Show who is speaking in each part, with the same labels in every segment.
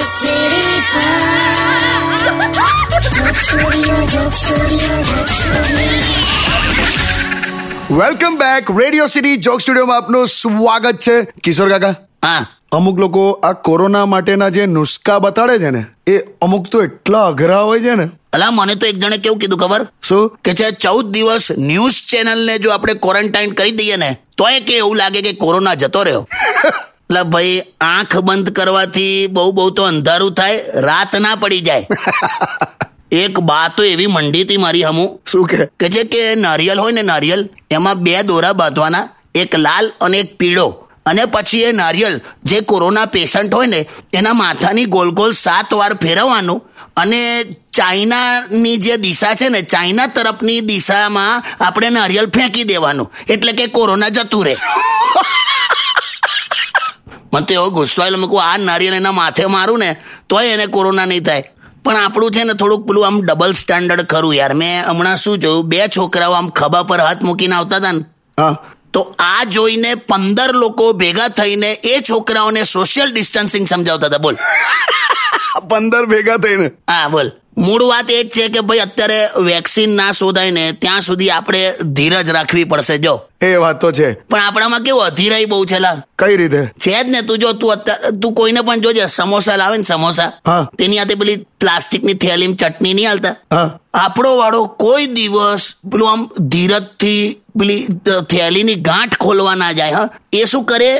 Speaker 1: city
Speaker 2: welcome back radio city joke સ્ટુડિયોમાં આપનું સ્વાગત છે કિશોર કાકા હા અમુક લોકો આ કોરોના માટેના જે નુસ્ખા બતાડે છે ને એ અમુક તો એટલા અઘરા હોય છે ને
Speaker 3: અલા મને તો એક જણે કેવું કીધું ખબર
Speaker 2: શું
Speaker 3: કે છે ચૌદ દિવસ ન્યૂઝ ચેનલને જો આપણે ક્વોરન્ટાઇન કરી દઈએ ને તોય કે એવું લાગે કે કોરોના જતો રહ્યો એટલે ભાઈ આંખ બંધ કરવાથી બહુ બહુ તો અંધારું થાય રાત ના પડી જાય એક બા તો એવી મંડી હતી મારી હમું
Speaker 2: શું કે
Speaker 3: કે જે કે નારિયેલ હોય ને નારિયેલ એમાં બે દોરા બાંધવાના એક લાલ અને એક પીળો અને પછી એ નારિયેલ જે કોરોના પેશન્ટ હોય ને એના માથાની ગોલ ગોલ સાત વાર ફેરવવાનું અને ચાઇનાની જે દિશા છે ને ચાઇના તરફની દિશામાં આપણે નારિયેલ ફેંકી દેવાનું એટલે કે કોરોના જતું રહે મને તો એવો ગુસ્સો આવેલો મેં કહું આ નારિયેલ એના માથે મારું ને તોય એને કોરોના નહીં થાય પણ આપણું છે ને થોડુંક પેલું આમ ડબલ સ્ટાન્ડર્ડ ખરું યાર મેં હમણાં શું જોયું બે છોકરાઓ આમ ખભા પર હાથ મૂકીને આવતા હતા ને
Speaker 2: હા
Speaker 3: તો આ જોઈને પંદર લોકો ભેગા થઈને એ છોકરાઓને સોશિયલ ડિસ્ટન્સિંગ સમજાવતા હતા બોલ
Speaker 2: પંદર ભેગા થઈને
Speaker 3: હા બોલ મૂળ વાત એ જ છે કે ભાઈ અત્યારે વેક્સિન ના શોધાય ને ત્યાં સુધી આપણે ધીરજ રાખવી પડશે જો
Speaker 2: એ વાત તો છે
Speaker 3: પણ આપણામાં કેવું અધીરાઈ બહુ છે લા
Speaker 2: કઈ રીતે
Speaker 3: છે જ ને તું જો તું અત્યારે તું કોઈને પણ જોજે સમોસા લાવે ને
Speaker 2: હા.
Speaker 3: સમોસા તેની હાથે પેલી પ્લાસ્ટિકની થેલીમાં ચટણી નહીં હાલતા
Speaker 2: હા
Speaker 3: આપણો વાળો કોઈ દિવસ પેલું આમ ધીરજથી પેલી ત- થેલીની ગાંઠ ખોલવા ના જાય હા એ શું કરે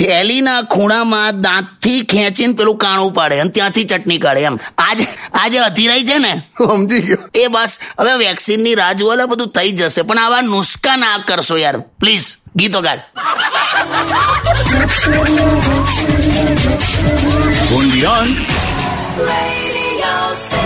Speaker 3: થેલીના ખૂણામાં દાંતથી ખેંચીને પેલું કાણું પાડે અને ત્યાંથી ચટણી કાઢે એમ આજે આજે અધીરાઈ છે ને
Speaker 2: સમજી ગયો
Speaker 3: એ બસ હવે વેક્સિનની રાહ જુઓ એટલે બધું થઈ જશે પણ આવા નુસ્ખા ના કરશો યાર પ્લીઝ ગીતો ગાડ
Speaker 1: radio city